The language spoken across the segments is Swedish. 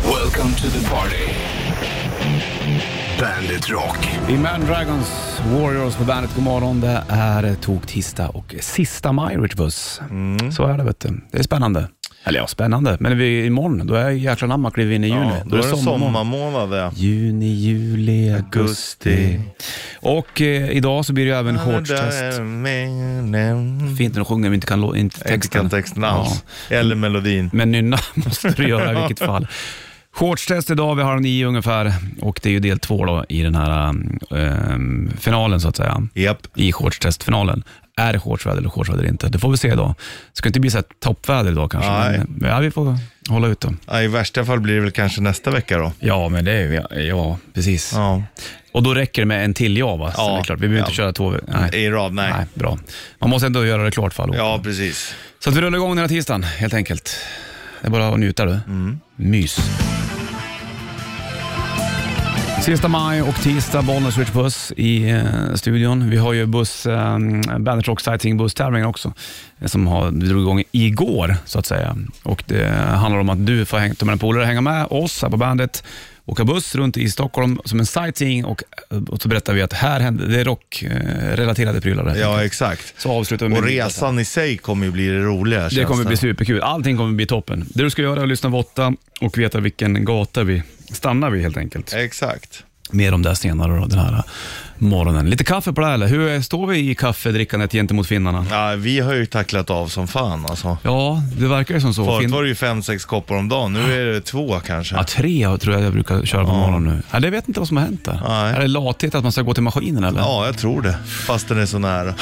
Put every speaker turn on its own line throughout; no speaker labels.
Welcome to the party. Bandit Rock.
The Man Dragons Warriors på bandet. God morgon. Det är toktisdag och sista maj, Ritchbuss.
Mm.
Så är det, vet du. Det är spännande. Eller ja, spännande. Men vi, imorgon, då är jäkla namma kliver in i juni.
Ja, då är det sommarmånad.
Juni, juli, augusti. Och eh, idag så blir det ju även shortstest. Fint när de sjunger, men inte kan, lo- inte texten.
Inte kan texten alls. Eller melodin.
Men nynna måste du göra i vilket fall. Shortstest idag, vi har nio ungefär och det är ju del två då i den här ehm, finalen så att säga.
Japp.
I shortstestfinalen. Är det shortsväder eller shortsväder inte? Det får vi se idag. Det ska inte bli så här toppväder idag kanske,
Nej.
men men ja, vi får hålla ut då.
Ja, I värsta fall blir det väl kanske nästa vecka då.
Ja, men det är ju, ja, ja precis.
Ja.
Och då räcker det med en till ja, va? Så
Ja.
det är klart. Vi behöver inte
Ja.
köra två. Nej.
I rad, nej.
Nej, bra. Man måste ändå göra det klart för alla.
Ja, precis.
Så att vi rullar igång den här tisdagen helt enkelt. Det är bara att njuta du.
Mm.
Mys. Sista maj och tisdag, Bollnäs Rich Buss i eh, studion. Vi har ju buss, eh, Bandit Rock Sightseeing busstävlingen också, eh, som har, vi drog igång igår så att säga. Och det handlar om att du får häng, ta med en polare och hänga med oss här på bandet, åka buss runt i Stockholm som en sightseeing och, eh, och så berättar vi att här händer, det är rockrelaterade prylar. där.
Ja, exakt.
Så avslutar vi med
Och
en liten-
resan i sig kommer ju bli det roliga.
det
känns
kommer bli superkul. Allting kommer bli toppen. Det du ska göra är att lyssna på åtta och veta vilken gata vi stannar vid helt enkelt.
Exakt.
Mer om det senare då, den här eh, morgonen. Lite kaffe på det här eller? Hur eh, står vi i kaffedrickandet gentemot finnarna?
Ja, vi har ju tacklat av som fan alltså.
Ja, det verkar ju som så.
Förut
Fin-
var det ju fem, sex koppar om dagen. Nu är det två kanske.
Ja, tre tror jag jag brukar köra på morgonen nu. Ja, det vet inte vad som har hänt där.
Nej.
Är det lathet att man ska gå till maskinen eller?
Ja, jag tror det. Fast den är så nära.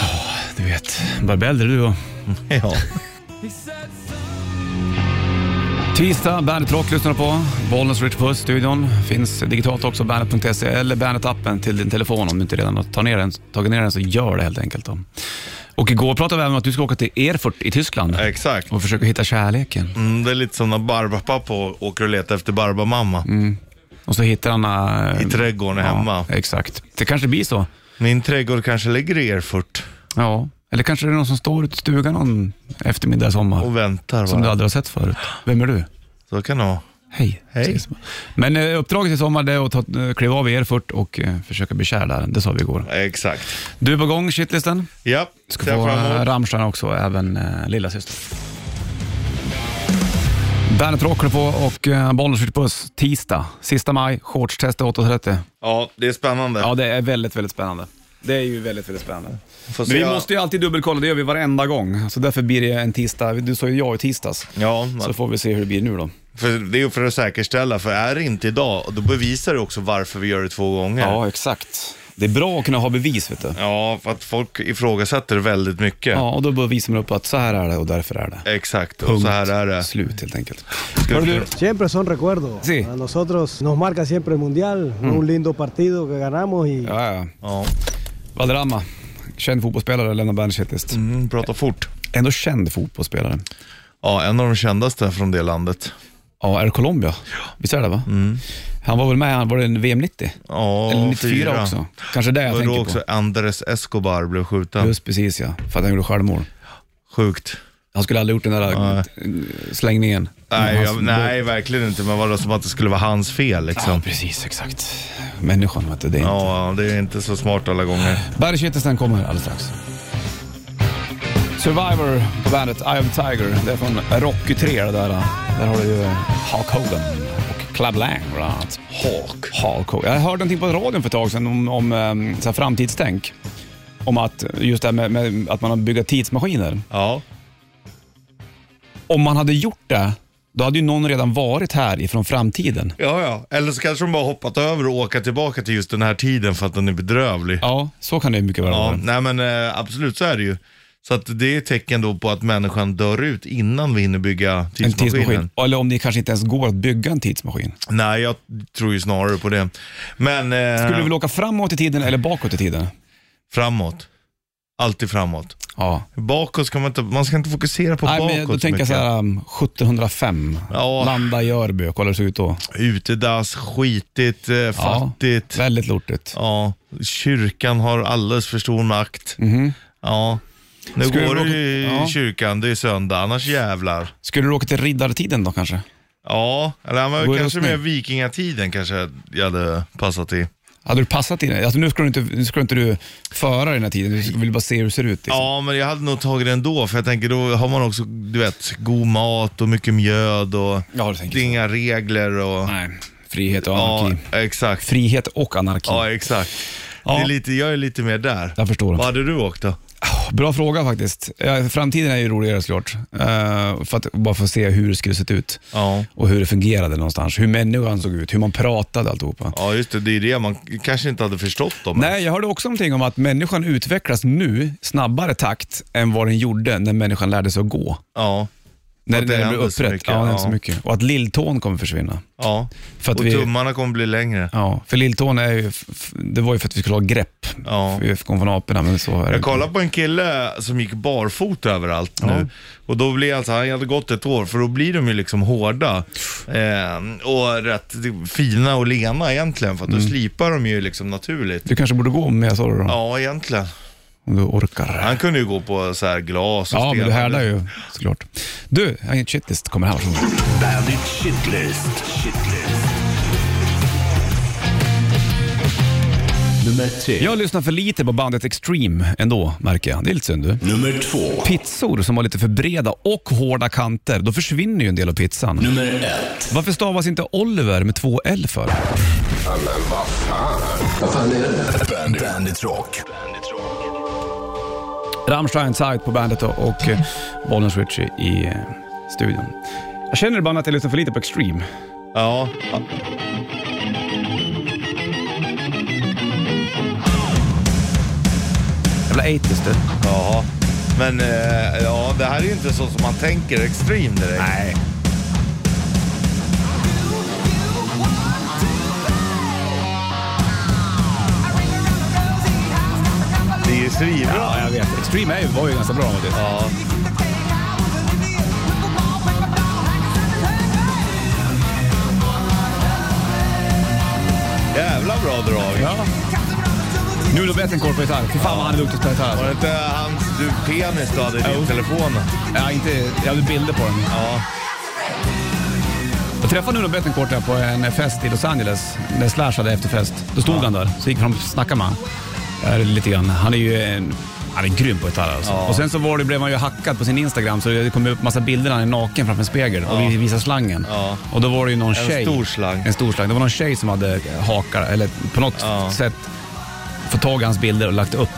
Du vet, bara bli äldre du och...
Ja.
Tisdag, Bandet Rock lyssnar du på. Bollnäs Rich Puss studion finns digitalt också, bandet.se eller Bandet-appen till din telefon om du inte redan har tagit ner den, tagit ner den så gör det helt enkelt. Då. Och igår pratade vi även om att du ska åka till Erfurt i Tyskland
Exakt.
och försöka hitta kärleken.
Mm, det är lite som när Barbapappa åker och letar efter Barbamamma
Och så hittar han... eh,
i trädgården hemma.
Ja, exakt. Det kanske blir så.
Min trädgård kanske ligger i Erfurt
Ja. Eller kanske det är någon som står ute i stugan någon eftermiddag i sommar
och väntar.
som du
Va?
aldrig har sett förut. Vem är du?
Så kan det vara.
Hej.
Hej.
Ses. Men eh, uppdraget i sommar det är att ta, eh, kliva av i Erfurt och eh, försöka bli kär där. Det sa vi igår.
Exakt.
Du är på gång, shitlisten.
Ja,
Ska
ser jag
få
fram
eh,
emot.
Rammstein också, även eh, lillasyster. Bandet Rock håller på och eh, Bollnäs skjuter puss tisdag, sista maj, shortstest är 8.30.
Ja, det är spännande.
Ja, det är väldigt, väldigt spännande. Det är ju väldigt, väldigt spännande.
Får
Men vi
se.
måste ju alltid dubbelkolla, det gör vi varenda gång. Så därför blir det en tisdag. Du sa ju ja i tisdags.
Ja,
Så får vi se hur det blir nu då.
för, det är ju för att säkerställa, för är det inte idag, då bevisar det också varför vi gör det två gånger.
Ja, exakt. Det är bra att kunna ha bevis, vet du.
Ja, för att folk ifrågasätter väldigt mycket.
Ja, och då bara visar man upp att så här är det och därför är det.
Exakt, och så här är det.
Slut helt enkelt.
Ska vi-
Hörru du,
Siempre son recuerdos.
Sí.
A nosotros nos marca siempre el Mundial, un lindo partido que ganamos y
ja, ja.
Ja,
Valderrama, känd fotbollsspelare, lämnar bandet shitlist.
mm, prata fort.
Ändå känd fotbollsspelare.
Ja, en av de kändaste från det landet.
Ja, är det Colombia? Visst är det va? Han var väl med, han var det en VM 90?
Mm. Ja,
Eller 94
fyra.
också. Kanske det jag
Och
tänker
då
på.
också Andres Escobar blev skjuten.
Just precis ja, för att han gjorde självmål.
Sjukt.
Han skulle aldrig gjort den där eh, slängningen.
Nej,
Hans
jag,
boll.
nej, verkligen inte. Men vadå, som att det skulle vara hans fel
Ja,
liksom.
precis, exakt. Människan vet du, det är inte...
Ja, det är inte så smart alla gånger.
Bergkittelsen kommer alldeles strax. Survivor på bandet Eye of the Tiger. Det är från Rocky 3 det där. Där har du ju eh, Hulk Hogan och Club Lang bland annat. Hulk. Hogan. Jag hörde någonting på radion för ett tag sedan om, om eh, så här framtidstänk. Om att just det här med, med att man har byggt tidsmaskiner.
Ja,
Om man hade gjort det, då hade ju någon redan varit här ifrån framtiden.
ja, ja. Eller så kanske de bara hoppat över och åka tillbaka till just den här tiden för att den är bedrövlig.
Ja, så kan det ju mycket väl
Ja,
vara.
nej men eh, absolut så är det ju. Så att det är ett tecken då på att människan dör ut innan vi hinner bygga
En
tidsmaskinen.
tidsmaskin. Eller om det kanske inte ens går att bygga en tidsmaskin.
Nej, jag tror ju snarare på det. Men eh,
Skulle du vilja åka framåt i tiden eller bakåt i tiden?
framåt. Alltid framåt.
Ja.
Bakåt ska man inte, man ska inte fokusera på
Nej,
bakåt
men då tänker jag
mycket.
så här, um, 1705.
Ja.
Landa i Örby, kolla hur det såg ut då.
Utedass, skitigt, eh, fattigt.
Väldigt lortigt.
Ja, kyrkan har alldeles för stor makt.
Mm. Mhm.
Ja, nu
Skulle
går
du-
du i
ja.
kyrkan, det är söndag, annars jävlar.
Skulle du åka till riddartiden då kanske?
Ja, eller han var
Buenos
kanske mer
Aires.
vikingatiden kanske jag hade passat i.
Hade du passat i den? Alltså, nu, ska du inte, nu ska du inte du föra den här tiden, du vill bara se hur det ser ut. Liksom.
Ja, men jag hade nog tagit den då, för jag tänker då har man också, du vet, god mat och mycket mjöd och
Ja, det
det
tänker
är
jag.
inga regler och...
Nej, frihet och
Ja,
anarki.
exakt.
Frihet och anarki.
Ja, exakt.
Ja.
Det är lite, jag är lite mer där.
Jag förstår.
Vad hade du åkt då?
Bra fråga faktiskt. Eh, Framtiden är ju roligare såklart. Eh, För att bara få se hur det skulle sett ut
Ja.
och hur det fungerade någonstans. Hur människan såg ut, hur man pratade och alltihopa.
Ja, just det. Det är det man kanske inte hade förstått dem.
Nej, jag hörde också någonting om att människan utvecklas nu snabbare takt än vad den gjorde när människan lärde sig att gå.
Ja.
När
Att
när
det
den blev
händer så
upprätt.
mycket,
Ja, det händer
ja.
så mycket. Och att lilltån kommer försvinna.
ja.
För att
och
vi-
tummarna kommer bli längre.
Ja, för lilltån är ju, f- f- det var ju för att vi skulle ha grepp.
Ja.
Vi kom från aporna, men så är det
Jag
inte.
kollade på en kille som gick barfota överallt nu. Och då blev han så han hade gått ett år, för då blir de ju liksom hårda. Eh, och rätt fina och lena egentligen, för att
Mm.
då slipar de ju liksom naturligt.
Du kanske borde gå med, sa du då?
Ja, egentligen.
Om du orkar.
Han kunde ju gå på så här glas och
Ja, men
stenar.
du härdar ju såklart. Du, Agent Shitlist kommer här.
Bandit Shitlist. Shitlist. Nummer tre.
Jag lyssnar för lite på bandet Extreme ändå, märker jag. Det är lite synd du.
Nummer två.
Pizzor som har lite för breda och hårda kanter, då försvinner ju en del av pizzan.
Nummer ett.
Varför stavas inte Oliver med två L för?
Bandit, Bandit Rock. Bandit Rock.
Rammstein Sight på bandet och, och eh, Bollnäs Ritchie i eh, studion. Jag känner ibland att jag lyssnar för lite på Extreme.
Ja.
Jävla 80s du.
ja. Men eh, ja, det här är ju inte så som man tänker, extreme direkt. Nej. Det är ju svinbra.
Ja, jag vet. Extreme är, ju- var ju ganska bra faktiskt.
Ja. Jävla bra drag.
Ja. Nu då Betancourt på gitarr. Fy fan vad han är duktig på gitarr.
Var
alltså.
det inte hans du penis du hade i din
Jo.
telefon?
Ja, inte, jag hade bilder på den.
Ja.
Jag träffade Nuno Bettencourt där på en fest i Los Angeles, när Slash hade efterfest. Då stod han där, så gick jag fram och snackade med honom. lite grann. Han är ju en, han är grym på gitarr alltså.
Ja.
Och sen så var det, blev han ju hackad på sin Instagram, så det kom upp massa bilder när han är naken framför en spegel och vi visar slangen.
Ja.
Och då var det ju någon
En
tjej.
stor slang.
En stor slang. Det var någon tjej som hade hakar, eller på något
Ja.
sätt fått tag i hans bilder och lagt upp.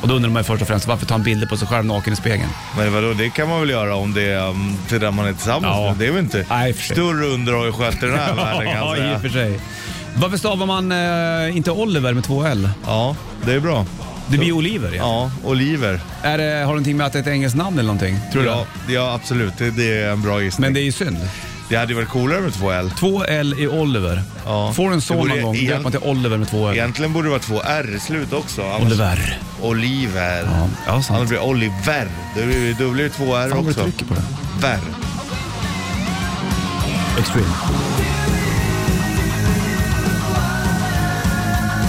Och då undrar man ju först och främst, varför tar han bilder på sig själv naken i spegeln?
Men vadå, det kan man väl göra om det är um, till den man är tillsammans
Ja.
med. Det är väl inte...
Nej, i och för sig.
Större under har ju skett i den här världen kan
Ja,
jag
i och för
säga.
sig. Varför stavar man eh, inte Oliver med två L?
Ja, det är bra.
Det blir Oliver ja.
Ja, Oliver.
Är det, har det någonting med att det är ett engelskt namn eller någonting? Tror du?
Ja, ja absolut. Det, det är en bra gissning.
Men det är ju synd.
Det hade ju varit coolare med två L.
Två L i Oliver.
Ja.
Får du en
Det
son
borde
någon gång,
igen-
döp man till Oliver med två L.
Egentligen borde det vara två R i slut också. annars-
Oliver.
Oliver.
Ja, ja
Annars
sant.
blir det Oliver. Det blir, då blir det två R
Fan vad du
också.
trycker på det.
Ver.
Extreme.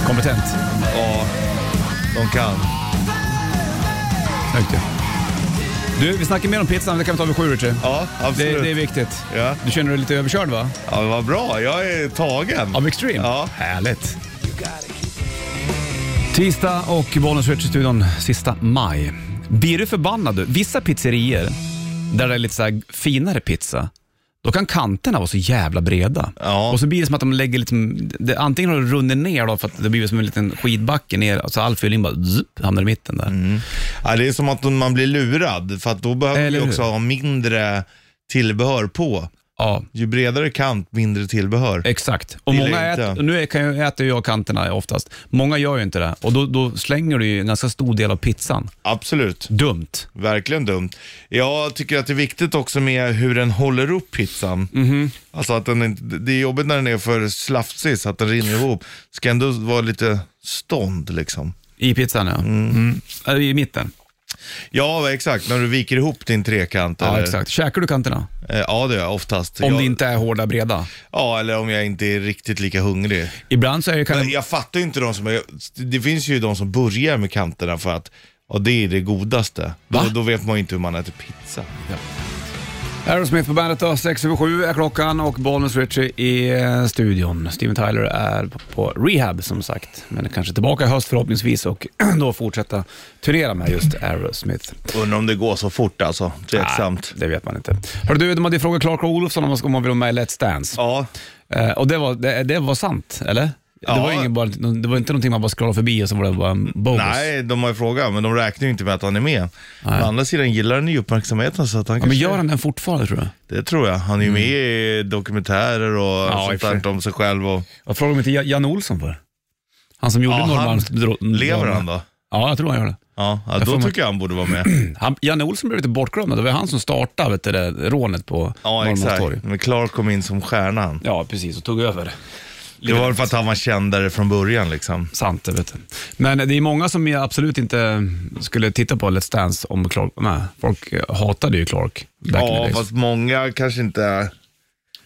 Kompetent.
Ja, de kan.
Snyggt ja. Du, vi snackar mer om pizzan, det kan vi ta vid sju Richie.
Ja, absolut.
Det, det är viktigt.
Ja.
Du känner dig lite överkörd va?
Ja, vad bra. Jag är tagen.
Av Extreme?
Ja.
Härligt. Tisdag och Bollnäs Rich i studion sista maj. Blir du förbannad du? Vissa pizzerier, där det är lite så här finare pizza, då kan kanterna vara så jävla breda.
Ja.
Och så blir det som att de lägger lite, det, antingen har det runnit ner då för att det blir som en liten skidbacke ner, så all fyllning bara zup, hamnar i mitten där.
Mm. Ja, det är som att man blir lurad, för att då behöver
Eller
vi
hur?
också ha mindre tillbehör på.
Ja,
Ju bredare kant, mindre tillbehör.
Exakt. Och
Gillar
många
inte.
äter, och nu är- kan jag, äter jag kanterna oftast. Många gör ju inte det och då, då slänger du ju en ganska stor del av pizzan.
Absolut.
Dumt.
Verkligen dumt. Jag tycker att det är viktigt också med hur den håller upp pizzan.
Mhm.
Alltså att den inte, det är jobbigt när den är för slafsig så att den rinner ihop. Ska ändå vara lite stånd liksom.
I pizzan ja. Mm. Eller I mitten.
Ja, exakt. När du viker ihop din trekant.
Ja,
eller,
exakt. Käkar du kanterna?
Eh, ja, det gör jag oftast.
Om
jag,
det inte är hårda breda.
Ja, eller om jag inte är riktigt lika hungrig.
Ibland så är det kan
Men jag fattar ju inte de som är, det finns ju de som börjar med kanterna för att, ja det är det godaste.
Va?
Då, då vet man ju inte hur man äter pizza.
Aerosmith på bandet då, 6 över 7 är klockan och Bollnäs Ritchie i eh, studion. Steven Tyler är på- på rehab som sagt, men är kanske tillbaka i höst förhoppningsvis och då fortsätta turnera med just Aerosmith.
Undrar om det går så fort alltså. Tveksamt.
Nej, det vet man inte. Hör du, de hade ju frågat Clark Olofsson om man- om man vill vara med i Let's Dance.
Ja.
Eh, och det var, det, det var sant, eller? Det,
Ja.
var ingen bara, det var inte någonting man bara scrollade förbi och så var det bara en bonus.
Nej, de har ju frågat, men de räknar ju inte med att han är med.
Nej.
Å andra sidan gillar han ju uppmärksamheten så att han
Ja, men
kanske...
gör han den fortfarande tror jag?
Det tror jag. Han är ju med i dokumentärer och
Ja, i och för
sånt där om sig själv. Och...
Vad frågar de inte Jan- Janne Olsson för? Han som gjorde
Ja, han-
Norrmalms...
Lever han då?
Ja, jag tror han gör det.
Ja, ja
Jag får
då
mig-
tycker jag han borde vara med.
Han, Janne Olsson blev lite bortglömd. Det var han som startade vet du, det, rånet på
Ja,
Norrmalmstorg.
exakt. Men Clark kom in som stjärnan.
Ja, precis. Och tog över.
Det var väl för att han var kändare från början liksom.
Sant det, vet du. Men det är många som absolut inte skulle titta på Let's Dance om Clark Nej, Folk hatade ju Clark back in the
Ja,
days.
fast många kanske inte...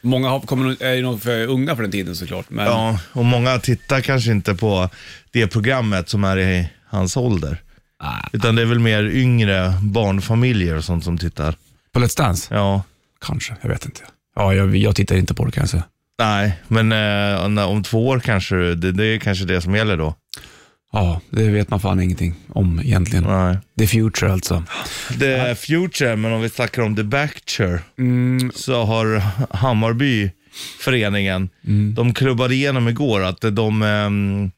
Många har- kommer, nog- är ju nog för unga för den tiden såklart. Men
Ja, och många tittar kanske inte på det programmet som är i hans ålder.
Ah.
Utan det är väl mer yngre barnfamiljer och sånt som tittar.
på Let's Dance?
Ja.
Kanske, jag vet inte. Ja, jag, jag tittar inte på det kan jag säga.
Nej, men eh, när- om två år kanske det, det är kanske det som gäller då.
Ja, det vet man fan ingenting om egentligen.
Nej.
The Future alltså.
The Future, men om vi snackar om The Bacture,
Mm.
så har Hammarby, föreningen, de klubbade igenom igår att de, ehm,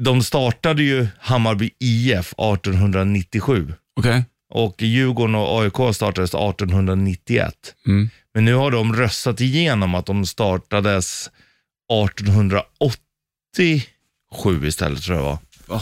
de startade ju Hammarby IF 1897
Okej.
och Djurgården och AIK startades 1891.
Mm.
Men nu har de röstat igenom att de startades 1887 istället tror jag det var.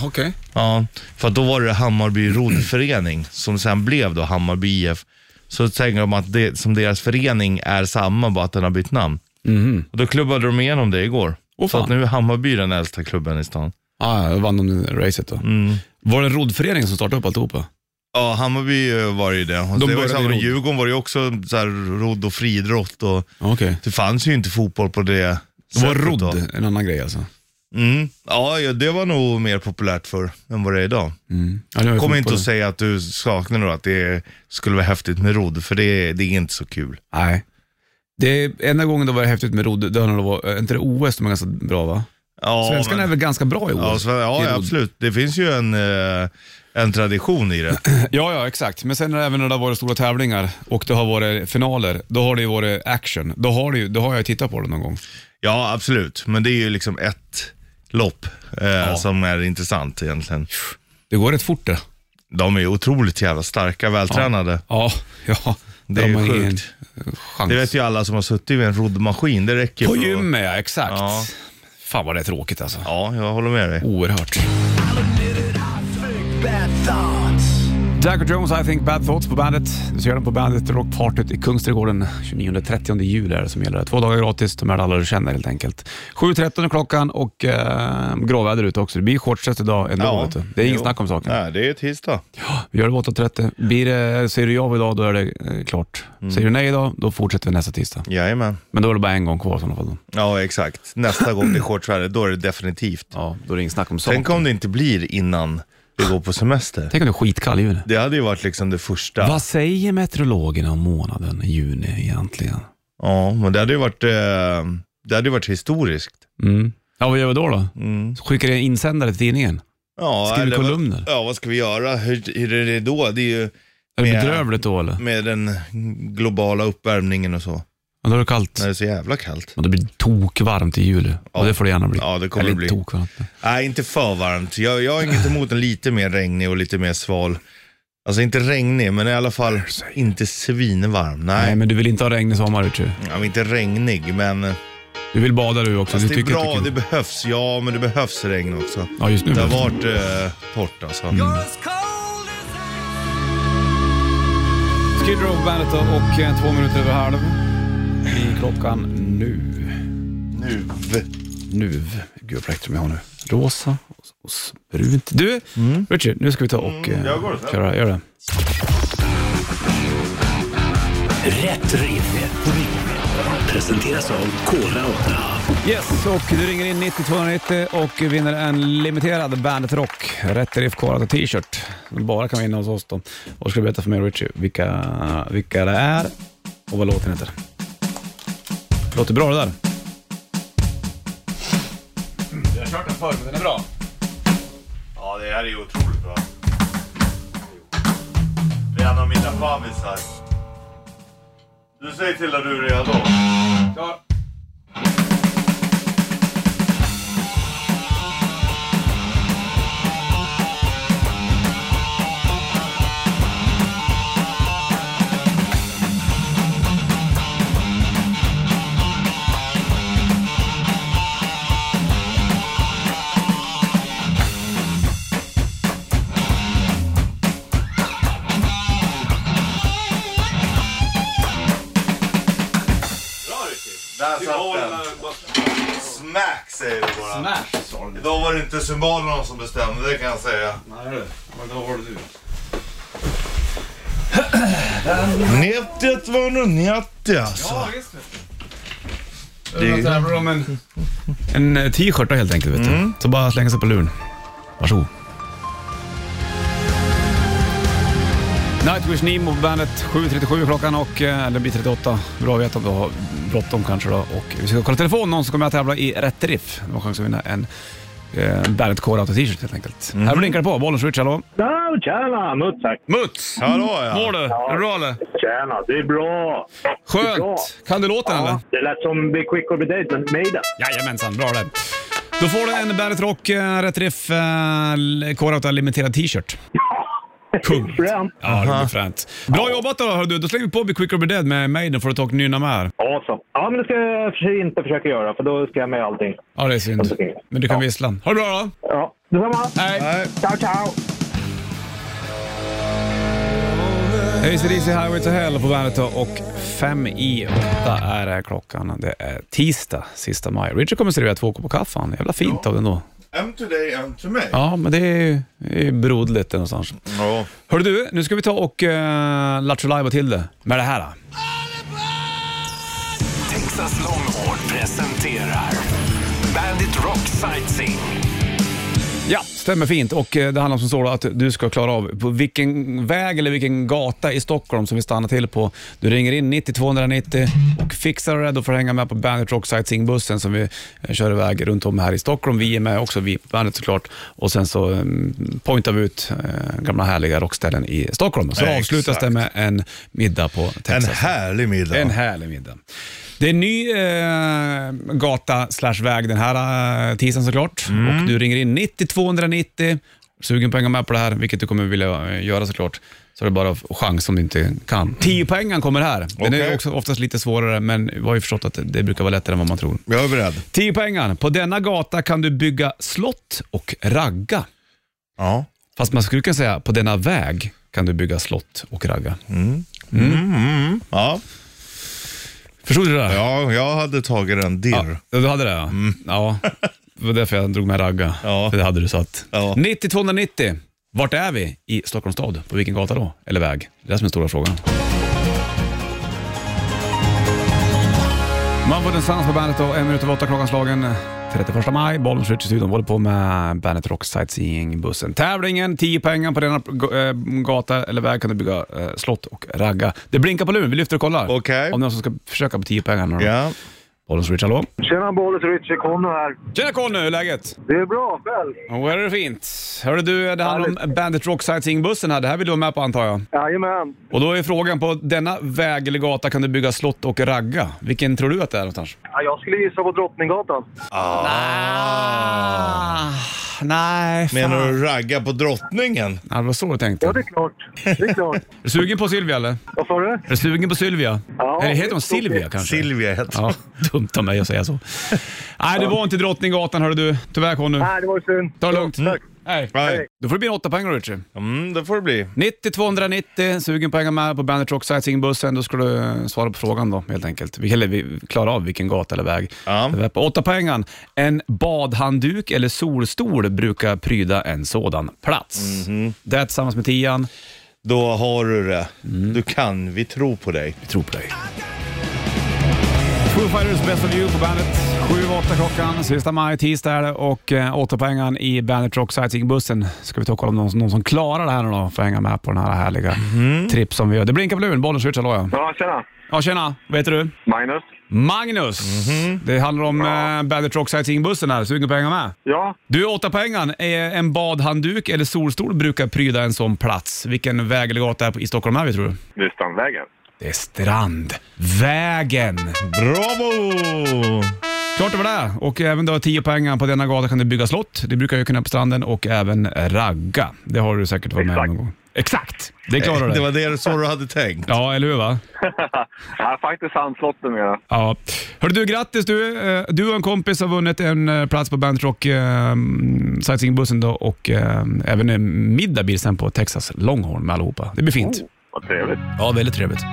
Okej.
Ja, för att då var det Hammarby roddförening som sen blev då Hammarby IF. Så tänker de att det, som deras förening är samma, bara att den har bytt namn.
Mhm.
Och då klubbade de igenom det igår.
Åh,
så
fan.
att nu är Hammarby den äldsta klubben i stan.
Ah, ja, då vann de racet då.
Mm.
Var det en roddförening som startade upp alltihopa?
Ja, Hammarby eh, var ju det.
De
Och det var ju
började
samma
i
med
rodd.
Djurgården var det ju också så här rodd och friidrott. Och
Okej.
det fanns ju inte fotboll på det
Det var
sättet
rodd,
då.
en annan grej alltså.
Mm. Ja, ja, det var nog mer populärt förr än vad det är idag.
Ja, det var ju
Kom
fotboll.
inte och säga att du saknar då att det skulle vara häftigt med rodd, för det, det är inte så kul.
Nej. Det är, enda gången det var häftigt med rodd, det var, när det var- är inte det OS de är ganska bra va?
Ja,
Svenskarna
men-
är väl ganska bra i OS?
Ja, så,
i
ja
rodd.
absolut. Det finns ju en, eh, en tradition i det.
Ja, ja, exakt. Men sen även när det har varit stora tävlingar och det har varit finaler, då har det ju varit action. Då har, det ju, då har jag tittat på det någon gång.
Ja, absolut. Men det är ju liksom ett lopp eh, som är intressant egentligen.
Det går rätt fort det.
De är otroligt jävla starka, vältränade.
Ja, ja.
Det
Där
är
har man ingen
sjukt.
Chans.
Det vet ju alla som har suttit vid en roddmaskin. Det räcker
På
för att-
gymmet ja, exakt.
Ja.
Fan vad det är tråkigt alltså.
Ja, jag håller med dig.
Oerhört.
Bad thoughts.
Jack och Jones, I think bad thoughts på bandet. Du ser den på bandet Rockpartyt i Kungsträdgården 29-30 juli är det som gäller. Två dagar gratis, de är alla du känner helt enkelt. 7.13 är klockan och eh, gråväder ute också. Det blir shortset idag ändå. Vet du. Det är inget
Jo.
snack om saken.
Nej, det är tisdag.
Vi gör det vid 8.30. Blir det, säger du ja idag, då är det eh, klart. Säger du nej idag, då fortsätter vi nästa tisdag.
Jajamän.
Men då är det bara en gång kvar i sådana fall. Då.
Ja, exakt. Nästa gång det är shortsväder, då är det definitivt.
Ja, då är det inget snack om saken.
Tänk om det inte blir innan vi går på semester.
Tänk om det är skitkall i juni.
Det hade ju varit liksom det första.
Vad säger meteorologerna om månaden i juni egentligen?
Ja, men det hade ju varit, eh, det hade ju varit historiskt. Mm.
Mm. Ja, vad gör vi då då? Skickar en insändare till tidningen?
Ja,
Skriver
eller vad-
kolumner?
Ja, vad ska vi göra? Hur, hur är det då? Det är ju
Är det
Med-
bedrövligt då eller?
med den globala uppvärmningen och så.
Ja, då är det kallt.
När det är så jävla kallt.
Och det blir tokvarmt i juli. Och det får det gärna bli.
Ja, det kommer
Eller
det bli.
tokvarmt.
Nej, inte för varmt. Jag, jag har inget emot en lite mer regnig och lite mer sval. Alltså inte regnig, men i alla fall inte svinvarm.
Nej,
Nej,
men du vill inte ha regn i sommar, Richie.
jag är inte regnig, men
Du vill bada du också. Du
fast det är
tycker
bra.
att
Det
det är kul.
behövs. Ja, men det behövs regn också.
Ja, just nu. Mm.
Det har varit eh, torrt alltså.
Skid Row på bandet då och eh, två minuter över halv. I klockan nu.
Nu.
Nu. Gud vad plektrum jag har nu. Rosa och, och brunt. Du, mm. Richie, nu ska vi ta och eh,
Mm, jag går och ställer.
köra. Gör det.
Rätt riff. Rätt riff. Presenteras av Kora 8.
Yes, och du ringer in 9290 och vinner en limiterad Bandet Rock Rätt Riff Kvar och t-shirt. Den Bara kan vinna hos oss då. Och ska du berätta för mig Richie vilka, vilka det är och vad låten heter. Låter bra det där? Jag har kört den förr, men den är bra.
Ja, det här är ju otroligt bra. Det är en av mina favvisar. Du säger till när du är redo.
Klar.
Bra Ricky! Där satt den. Smack säger du bara.
Smash sa du.
Idag var det inte cymbalerna som bestämde, det kan jag säga.
Nej du, vad har du?
90 290 alltså.
visst vet
Det är-
du. tävlar om en... En eh, t-shirt då, helt enkelt vet du.
Mm.
Så bara slänga sig på luren. Varsågod. Nightwish Nemo på bandet 7.37 klockan och eh, eller blir 38. Bra att veta om du har bråttom kanske då. Och vi ska kolla telefon, någon som kommer att tävla i rätt riff. De har chans att vinna en eh, bandet Core Auto t-shirt helt enkelt.
Mm.
Här blinkar det på, Bollens Rich, hallå?
Ja, tjena Muttak!
Muts!
Hallå
Mår
ja.
du? Är det bra eller?
Tjena, det är bra! Det är bra.
Skönt! Kan du låten eller?
Ja, det lät som Be Quick or Be Dead, men Maiden.
Jajamensan, bra det. Då får du en Bandet Rock eh, Rätt Riff eh, K-Rauta Limiterad T-shirt. Punkt.
Fränt.
Ja, det blir fränt. Bra jobbat då, hör du. Då slänger vi på Be Quick or Be Dead med Maiden för att ta och nynna med här.
Awesome. Ja, men det ska jag för sig inte försöka göra, för då ska jag med allting.
Ja, det är synd. Men du kan vissla. Ha det bra då.
Ja, detsamma!
Hej!
Nej.
Ciao, ciao!
ACDC Highway to Hell på bandet då och fem i åtta är det här klockan. Det är tisdag, sista maj. Richard kommer servera två koppar kaffe. han. Jävla fint av den då.
En till dig, en till mig.
Ja, men det är ju- det är ju broderligt någonstans.
Ja.
Hör du, nu ska vi ta och uh, lattjo till det med det här. Då.
Texas Longhorn presenterar Bandit Rock Sightseeing.
Ja, stämmer fint. Och eh, det handlar om som så då att du ska klara av på vilken väg eller vilken gata i Stockholm som vi stannar till på. Du ringer in 90 290 och fixar och rädd och får hänga med på Bandit Rock Sightseeing-bussen som vi eh, kör iväg runt om här i Stockholm. Vi är med också, vi på Bandit såklart. Och sen så mm, pointar vi ut eh, gamla härliga rockställen i Stockholm. Så
Exakt.
avslutas det med en middag på
En
Texas.
härlig middag.
En härlig middag. Det är en ny eh, gata slash väg den här eh, tisdagen såklart.
Mm.
Och du ringer in 90 290. Sugen på att hänga med på det här, vilket du kommer vilja eh, göra såklart. Så det är bara chans om du inte kan. 10 poängen kommer här. Den är
Okej.
också oftast lite svårare, men vi har ju förstått att det brukar vara lättare än vad man tror.
Jag är beredd.
10 poängen. På denna gata kan du bygga slott och ragga.
Ja.
Fast man skulle kunna säga, på denna väg kan du bygga slott och ragga.
Mm.
Mm.
Ja.
Förstod du det? där?
ja, jag hade tagit en dirr.
Ja, du hade det ja. ja. Det var därför jag drog med ragga.
Mm. Ja.
För det hade du satt.
Ja.
90-290. Vart är vi i Stockholms stad? På vilken gata då? Eller väg? Det är det som är den stora frågan. Man får en sans på bandet och en minut över åtta klockan slagen. 31 maj, Bollnäs Rich i studion. Vi håller på med Bandet Rock Sightseeing-bussen. Tävlingen, 10 pengar på denna eh, gata eller väg kan du bygga eh, slott och ragga. Det blinkar på luren, vi lyfter och kollar.
Okej.
Om någon som ska försöka på 10 pengar. nu då.
Ja.
Bollnäs Rich, hallå?
Tjena Bollus Richie, Conno här.
Tjena Conny, hur är läget?
Det är bra, själv?
Jo, här är det fint. Hörru du, det handlar om Bandit Rock Sightseeing-bussen här. Det här vill du vara med på antar jag.
Jajamän.
Och då är frågan, på denna väg eller gata kan du bygga slott och ragga. Vilken tror du att det är någonstans?
Ja, jag skulle gissa på Drottninggatan.
Ah, nej, fan.
Menar du ragga på drottningen?
Ja, det var så du tänkte.
Ja, det är klart. Det är klart.
Är du sugen på Sylvia eller?
Vad sa du?
Är du sugen på Sylvia?
Ja,
eller heter hon
det-
Silvia kanske?
Silvia heter
Ja, dumt av mig att säga så. Nej, det var inte Drottninggatan hörru du. Tyvärr Conny.
Nej, det var ju synd. Mm.
Ta det lugnt.
Tack.
Nej.
Nej.
Då får det bli en åtta poäng Richard.
Mm, det får det bli.
90 290, sugen på att hänga med på Bandit Rock Sightseeing-bussen. Då ska du eh, svara på frågan då helt enkelt. Vi, eller, vi klarar av vilken gata eller väg.
Ja.
Det var på åtta poängen. En badhandduk eller solstol brukar pryda en sådan plats. Det tillsammans med tian.
Då har du det. Du kan, vi tror på dig.
Vi tror på dig. Foo Fighters Best of You på bandet. 7-8 klockan, sista maj, tisdag är det och eh, åtta poängen i Bandet Rock Sightseeingbussen. Ska vi ta och kolla om någon, någon som klarar det här nu då, får hänga med på den här härliga tripp som vi gör. Det blinkar på luren, bollen switch, hallå ja.
Ja, tjena.
Ja tjena, vad heter du?
Magnus?
Magnus!
Mhm.
Det handlar om eh, Bandet Rock Sightseeingbussen här, sugen på att hänga med?
Ja,
Du, åtta poängen. Eh, En badhandduk eller solstol brukar pryda en sån plats. Vilken väg eller gata är på- i Stockholm är vi tror du?
det är Strandvägen.
Det är Strandvägen.
Bravo!
Klart det var det. Och även då 10 poäng på denna gata kan du bygga slott. Det brukar jag kunna på stranden och även ragga. Det har du säkert varit med om någon gång. Exakt! Det klarar du.
Eh, Det var det du- så du hade tänkt.
Ja, eller hur va?
Ja, faktiskt Sandslott numera.
Ja. Hörru du, grattis du. Eh, Du och en kompis har vunnit en eh, plats på Bandit Rock eh, sightseeingbussen då och eh, även en middag blir sen på Texas Longhorn med allihopa. Det blir fint.
Vad trevligt.
Oh. Ja, väldigt trevligt.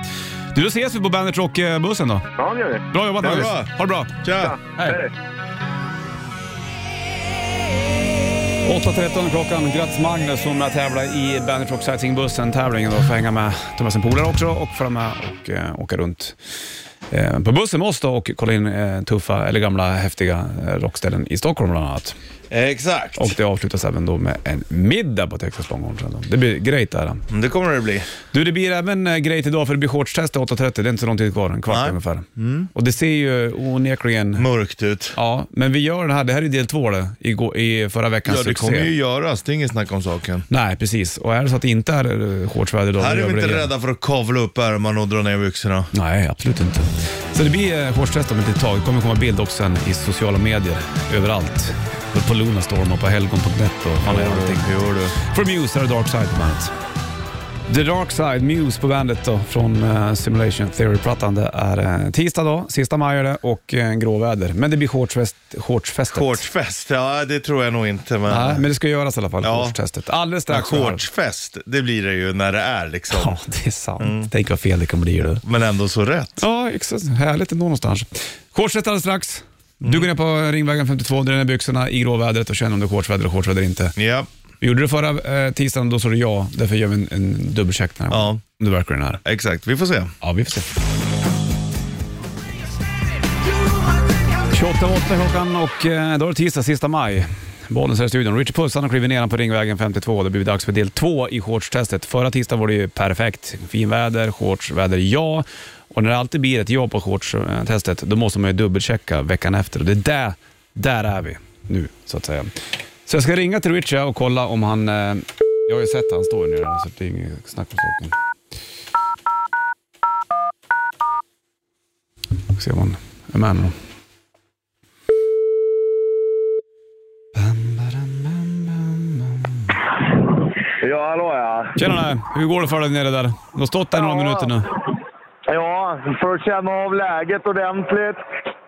Du, då ses vi på Bandit Rock eh, bussen då.
Ja, det gör vi.
Bra jobbat
Ja,
Magnus.
bra.
Ha det bra.
Tja!
Hej. 8.13 klockan. Grattis Magnus som är med och tävlar i Bandit Rock Sightseeingbussen. Tävlingen då får hänga med Thomas en polare också och följa med och eh, åka runt eh, på bussen med oss då och kolla in eh, tuffa eller gamla häftiga eh, rockställen i Stockholm bland annat.
Exakt.
Och det avslutas även då med en middag på Texas Longhorn. sen då. Det blir grejt där.
Mm, Det kommer det bli.
Du, det blir även eh, grejt idag för det blir shortstest 8.30. Det är inte så lång tid kvar, en kvart
Nej. Mm.
ungefär. Och det ser ju onekligen
Mörkt ut.
Ja, men vi gör den här. Det här är del två det, i, gå- i förra veckans
Ja, Alltså, det
succé.
kommer ju göras. Det är inget snack om saken.
Nej, precis. Och är det så att det inte är eh, shortsväder idag, då
Här är
gör
vi inte
igen.
rädda för att kavla upp ärmarna och dra ner byxorna.
Nej, absolut inte. Så det blir eh, shortstest om ett litet tag. Det kommer komma bild också sen i sociala medier överallt. På Lunarstorm och på helgon.net och fan vad är allting.
Det gör du.
För Muse är det Dark Side på bandet. The Dark Side, Muse på bandet då, från eh, Simulation Theory-plattan. Det är eh, tisdag dag, sista maj är det och uh, gråväder. Men det blir shortsfest, shortsfestet.
Shortsfest? Ja, det tror jag nog inte.
Nej,
Men...
men det ska göras i alla fall,
Ja.
shortstestet. Alldeles
Men
strax.
Shortsfest, det blir det ju när det är liksom.
Ja, det är sant.
Mm.
Tänk vad fel det kan bli. Du.
Men ändå så rätt.
Ja, exakt. Härligt ändå någonstans. Shortset alldeles strax.
Mm.
Du går ner på Ringvägen 52, drar ner byxorna i gråvädret och känner om det är shortsväder eller shortsväder inte.
Ja,
Vi gjorde det förra eh, tisdagen, då sa du ja. Därför gör vi en, en dubbelcheck den här
Ja.
gången. Om det verkligen är.
exakt. Vi får se.
Ja, vi får se. 28.08 klockan och eh, då är det tisdag, sista maj. Bollnäs här i studion. Richard Puss han har klivit ner på Ringvägen 52. Det blir dags för del två i shortstestet. Förra tisdagen var det ju perfekt. Finväder, shortsväder, ja. Och när det alltid blir ett ja på shortstestet, då måste man ju dubbelchecka veckan efter. Och det är där, där är vi nu, så att säga. Så jag ska ringa till Richard och kolla om han... Eh, jag har ju sett han står ju nu, så det är inget snack om saken. Får se om han är med nu.
Ja, hallå ja.
Tjenare! Hur går det för dig nere där? Du har stått där några
Ja.
minuter nu.
Ja, för att känna av läget ordentligt.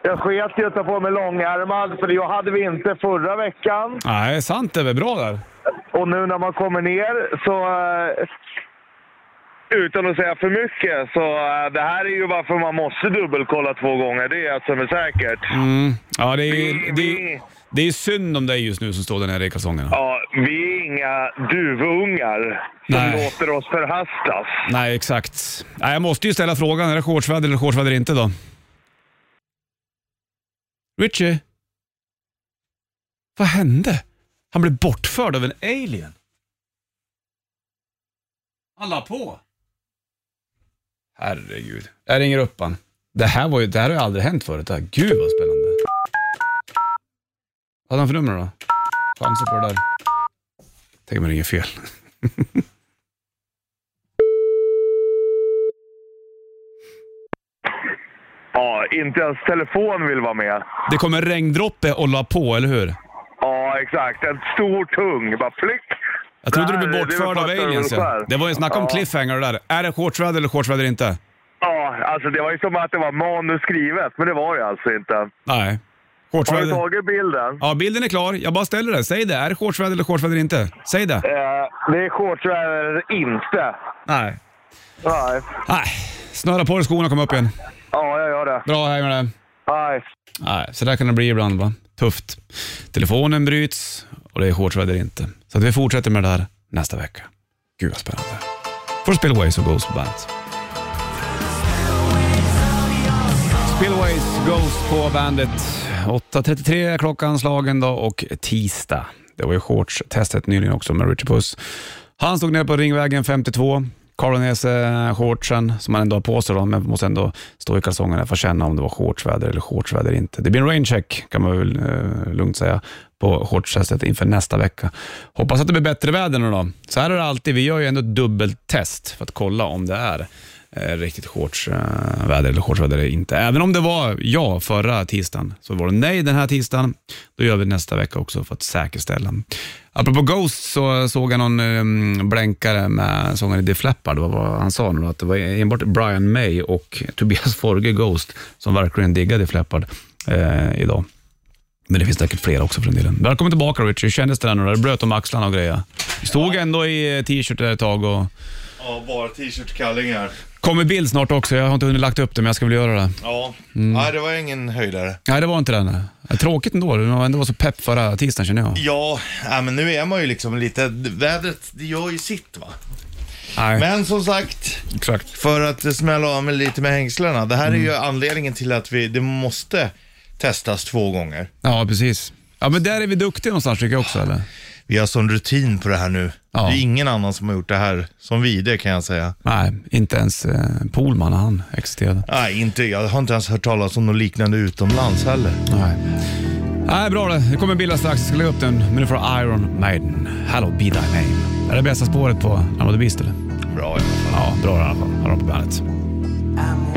Jag sket i att ta på mig långärmad, för jag hade vi inte förra veckan.
Nej, sant det är väl bra där?
Och nu när man kommer ner så... eh, Utan att säga för mycket, så eh, det här är ju varför man måste dubbelkolla två gånger. Det är allt som är säkert.
Mm. Ja, det är, det, är, det är synd om dig just nu som står där nere i kalsongerna.
Ja, vi är inga duvungar som
Nej.
låter oss förhastas.
Nej, exakt. Nej, jag måste ju ställa frågan. Är det shortsväder eller shortsväder inte då? Richie? Vad hände? Han blev bortförd av en alien. Han la på. Herregud. Jag ringer upp han. Det här, var ju, det här har ju aldrig hänt förut. Det här. Gud vad spännande. Vad hade han för nummer då? Chanser på det där. Tänk om jag ringer fel.
Ja, inte ens telefon vill vara med.
Det kom en regndroppe och la på, eller hur?
Ja, exakt. En stor tung. Bara flick.
Jag trodde
Nej,
du blev
det är
bortförd
väl
av
första
aliens. Ja.
ungefär.
Det var ju snack om
Ja.
cliffhanger och det där. Är det shortsväder eller shortsväder inte?
Ja, alltså det var ju som att det var manus skrivet, men det var det alltså inte.
Nej.
Har du
Shortsväder.
tagit bilden?
Ja, bilden är klar. Jag bara ställer den. Säg det. Är det shortsväder eller shortsväder inte? Säg det.
Eh, det är shortsväder inte.
Nej.
Nej.
Nej. Snöra på dig skorna och kom upp igen.
Ja, jag gör det.
Bra, hej med dig.
Nej.
Nej, så där kan det bli ibland va. Tufft. Telefonen bryts och det är shortsväder inte. Så att vi fortsätter med det här nästa vecka. Gud vad spännande. Får spela Ways of Ghost på bandet. Spillways Ghost på bandet. 8.33 är klockan slagen då och tisdag. Det var ju shortstestet nyligen också med Richard Puss. Han stod nere på Ringvägen 52. Karl Nese eh, shortsen som han ändå har på sig då, men måste ändå stå i kalsongerna för att känna om det var shortsväder eller shortsväder inte. Det blir en raincheck kan man väl eh, lugnt säga på shortstestet inför nästa vecka. Hoppas att det blir bättre väder nu då. Så här är det alltid. Vi gör ju ändå ett dubbeltest för att kolla om det är eh, riktigt shortsväder eller shortsväder eller inte. Även om det var ja förra tisdagen, så var det nej den här tisdagen. Då gör vi det nästa vecka också för att säkerställa. Apropå Ghost så såg jag någon um, blänkare med sångaren i Def Leppard. Vad var han sa nu då? Att det var enbart Brian May och Tobias Forge Ghost som verkligen diggade Def Leppard eh, idag. Men det finns säkert fler också för den delen. Välkommen tillbaka Richard. Hur kändes det där nu då? Det bröt om axlarna och grejer. Du stod ändå i eh, t-shirt där ett tag och...
Ja, bara t-shirt och kallingar.
Kommer bild snart också. Jag har inte hunnit lagt upp det, men jag ska väl göra det.
Ja, nej det var ingen höjdare.
Nej, det var inte den. Tråkigt ändå. Du var ändå så pepp förra tisdagen känner jag.
Ja, nej, men nu är man ju liksom lite, vädret det gör ju sitt va.
Nej,
Men som sagt,
exakt.
för att smälla av mig lite med hängslarna. Det här är
Mm.
ju anledningen till att vi, det måste testas två gånger.
Ja, precis. Ja, men där är vi duktiga någonstans tycker jag också, eller?
Vi har sån rutin på det här nu.
Ja.
Det är ingen annan som har gjort det här som vi, det kan jag säga.
Nej, inte ens eh, Polman, han existerade.
Nej, inte, jag har inte ens hört talas om något liknande utomlands heller.
Nej. Nej, bra det. Det kommer en bild här strax. Jag ska lägga upp den. Men nu får du Iron Maiden. Hello, be thy name. Det är det bästa spåret på Anna the Beast, eller?
Bra i alla fall.
Ja, bra i alla fall. Har de på bandet.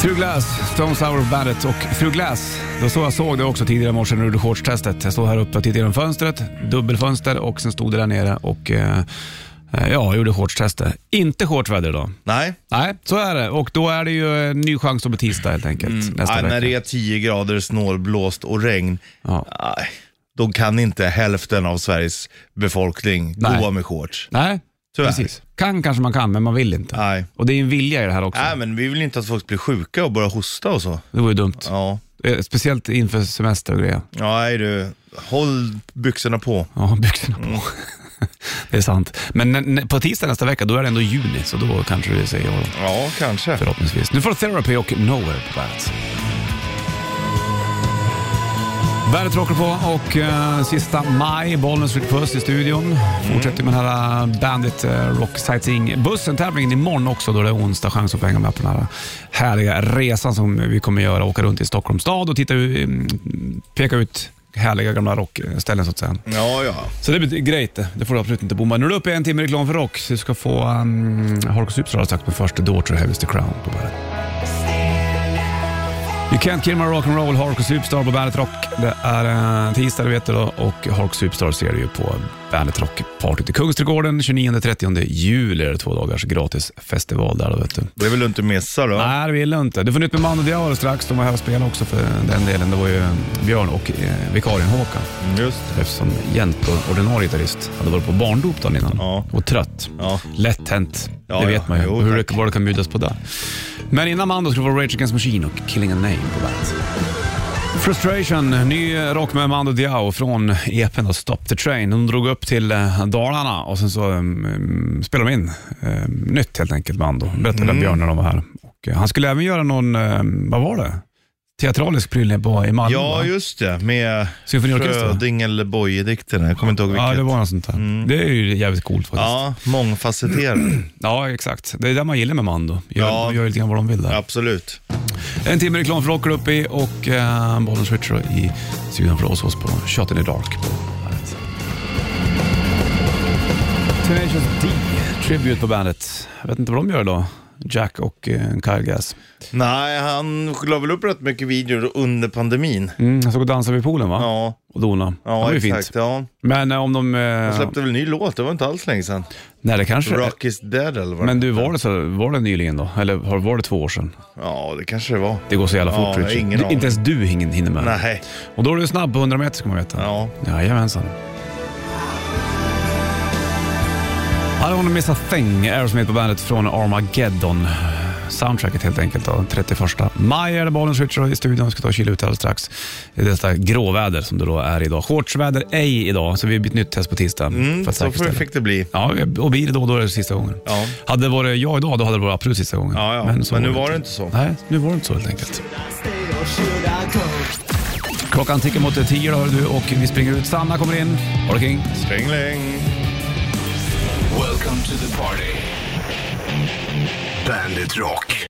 Through Glass, Stone Sour Bandet och Through Glass. Det var så jag såg det också tidigare i morse när du gjorde shortstestet. Jag stod här uppe och tittade genom fönstret, dubbelfönster och sen stod det där nere och eh, eh, ja, gjorde shortstestet. Inte shortväder idag.
Nej,
Nej, så är det. Och då är det ju en ny chans att bli tisdag helt enkelt nästa
nej
vecka.
Mm. när det är 10 grader, snålblåst och regn,
Ja.
nej, då kan inte hälften av Sveriges befolkning
Nej.
gå med shorts.
Nej,
Tyvärr.
precis. Kan kanske man kan, men man vill inte.
Nej.
Och det är en vilja i det här också.
Nej, men vi vill inte att folk blir sjuka och börjar hosta och så.
Det vore ju dumt.
Ja,
Eh, Speciellt inför semester och grejer.
ja nej du, håll byxorna på.
Ja, byxorna på.
Mm.
det är sant. Men n- n- på tisdag nästa vecka, då är det ändå juni, så då kanske du säger ja då,
Ja, kanske.
förhoppningsvis. Nu får du Therapy och Nowhere på bandet. Bandet rockar på och eh, sista maj, Bollnäs Rick Puss i studion. Fortsätter med den här eh, Bandit eh, Rock Sightseeing bussen, tävlingen imorgon också då det är onsdag. Chans att få hänga med på den här härliga resan som vi kommer göra. Åka runt i Stockholms stad och titta, eh, peka ut härliga gamla rockställen så att säga.
Ja, ja.
Så det blir grejt det. Det får du absolut inte bomma. Nu är du uppe i en timme reklam för rock. Så du ska få um, Harkus Uppsala sagt med första Daughter Heavis the Crown på bandet. You can't kill my rock'n'roll, Harkus Superstar på Bandet Rock. Det är eh, tisdag, det vet du då, och Harkus Superstar ser du ju på Bandet Rock-partyt i Kungsträdgården 29-30 juli. Är det två dagars gratis festival där då, vet du.
Det vill du inte missa då.
Nej, det vill jag inte. Du får nytt med Mando Diao strax. De var här och spelade också för den delen. Det var ju eh, Björn och eh, vikarien Håkan.
Mm, Just det.
Eftersom Jent, då, ordinarie gitarrist, hade varit på barndop dagen innan
Ja.
och trött.
Ja.
Lätt hänt,
Ja,
det vet
ja.
man ju.
Jo,
Hur
tack.
det, vad det kan bjudas på där. Men innan man då skulle vara Rage Against Machine och Killing a Name på bandet. Frustration, ny rock med Mando Diao från EPn då, Stop the Train. De drog upp till eh, Dalarna och sen så um, spelade de in eh, nytt helt enkelt, Mando. Berättade
Mm.
Björn när de var här. Och, eh, han skulle även göra någon, eh, vad var det? Teatralisk pryl på- i Malmö.
Ja,
va?
just det. Med
Symfoniorkester.
Frödingelboje-dikterna. Jag kommer inte ihåg vilket.
Ja, det var något sånt där. Det är ju jävligt coolt faktiskt. Ja.
Mm. Ja, mångfacetterad.
exakt. Det är det man gillar med Mando. Gör,
Ja.
De gör lite grann vad de vill där.
Absolut.
En timme reklam för Rocker uppe i och eh, Bollen Switcher i studion för oss, oss på Shot in the Dark. På bandet. Tenacious D, tribute på bandet. Jag vet inte vad de gör idag. Jack och eh, Kyle Gass.
Nej, han la väl upp rätt mycket videor under pandemin.
Mm, jag såg och dansade vid poolen va?
Ja,
Och dona.
ja,
det var ju
exakt.
fint.
Ja.
Men eh, om de...
Han
Eh,
släppte väl en ny låt, det var inte alls länge sedan.
nej, det kanske...
Rock is dead eller vad det-
Men du, var det, så, var det nyligen då? Eller har- var det två år sedan?
Ja, det kanske det var.
Det går så jävla
Ja,
fort
jag har
Richard.
ingen
Du-
aning.
Inte ens du hin- hinner med.
Nej.
Och då är du snabb på 100 meter ska man veta.
Ja.
Jajamensan. I don't wanna miss a thing, Aerosmith på bandet från Armageddon. soundtracket helt enkelt. Då. 31 maj är det Bollen Switcher i studion. Vi ska ta och kila ut alldeles strax. Det är detta gråväder som det då är idag. Shortsväder ej idag, så vi har bytt nytt test på tisdag.
Mm,
för att
så
säkerställa.
fick det bli.
Ja, och blir det då, då är det sista gången.
Ja.
Hade det varit jag idag, då hade det varit absolut sista gången.
Ja, ja. Men nu var det
inte.
inte så.
Nej, nu var det inte så helt enkelt. Klockan tickar mot tio, då, hör du, och vi springer ut. Sanna kommer in. Har du kring?
Strängling.
Welcome to the party. Bandit Rock.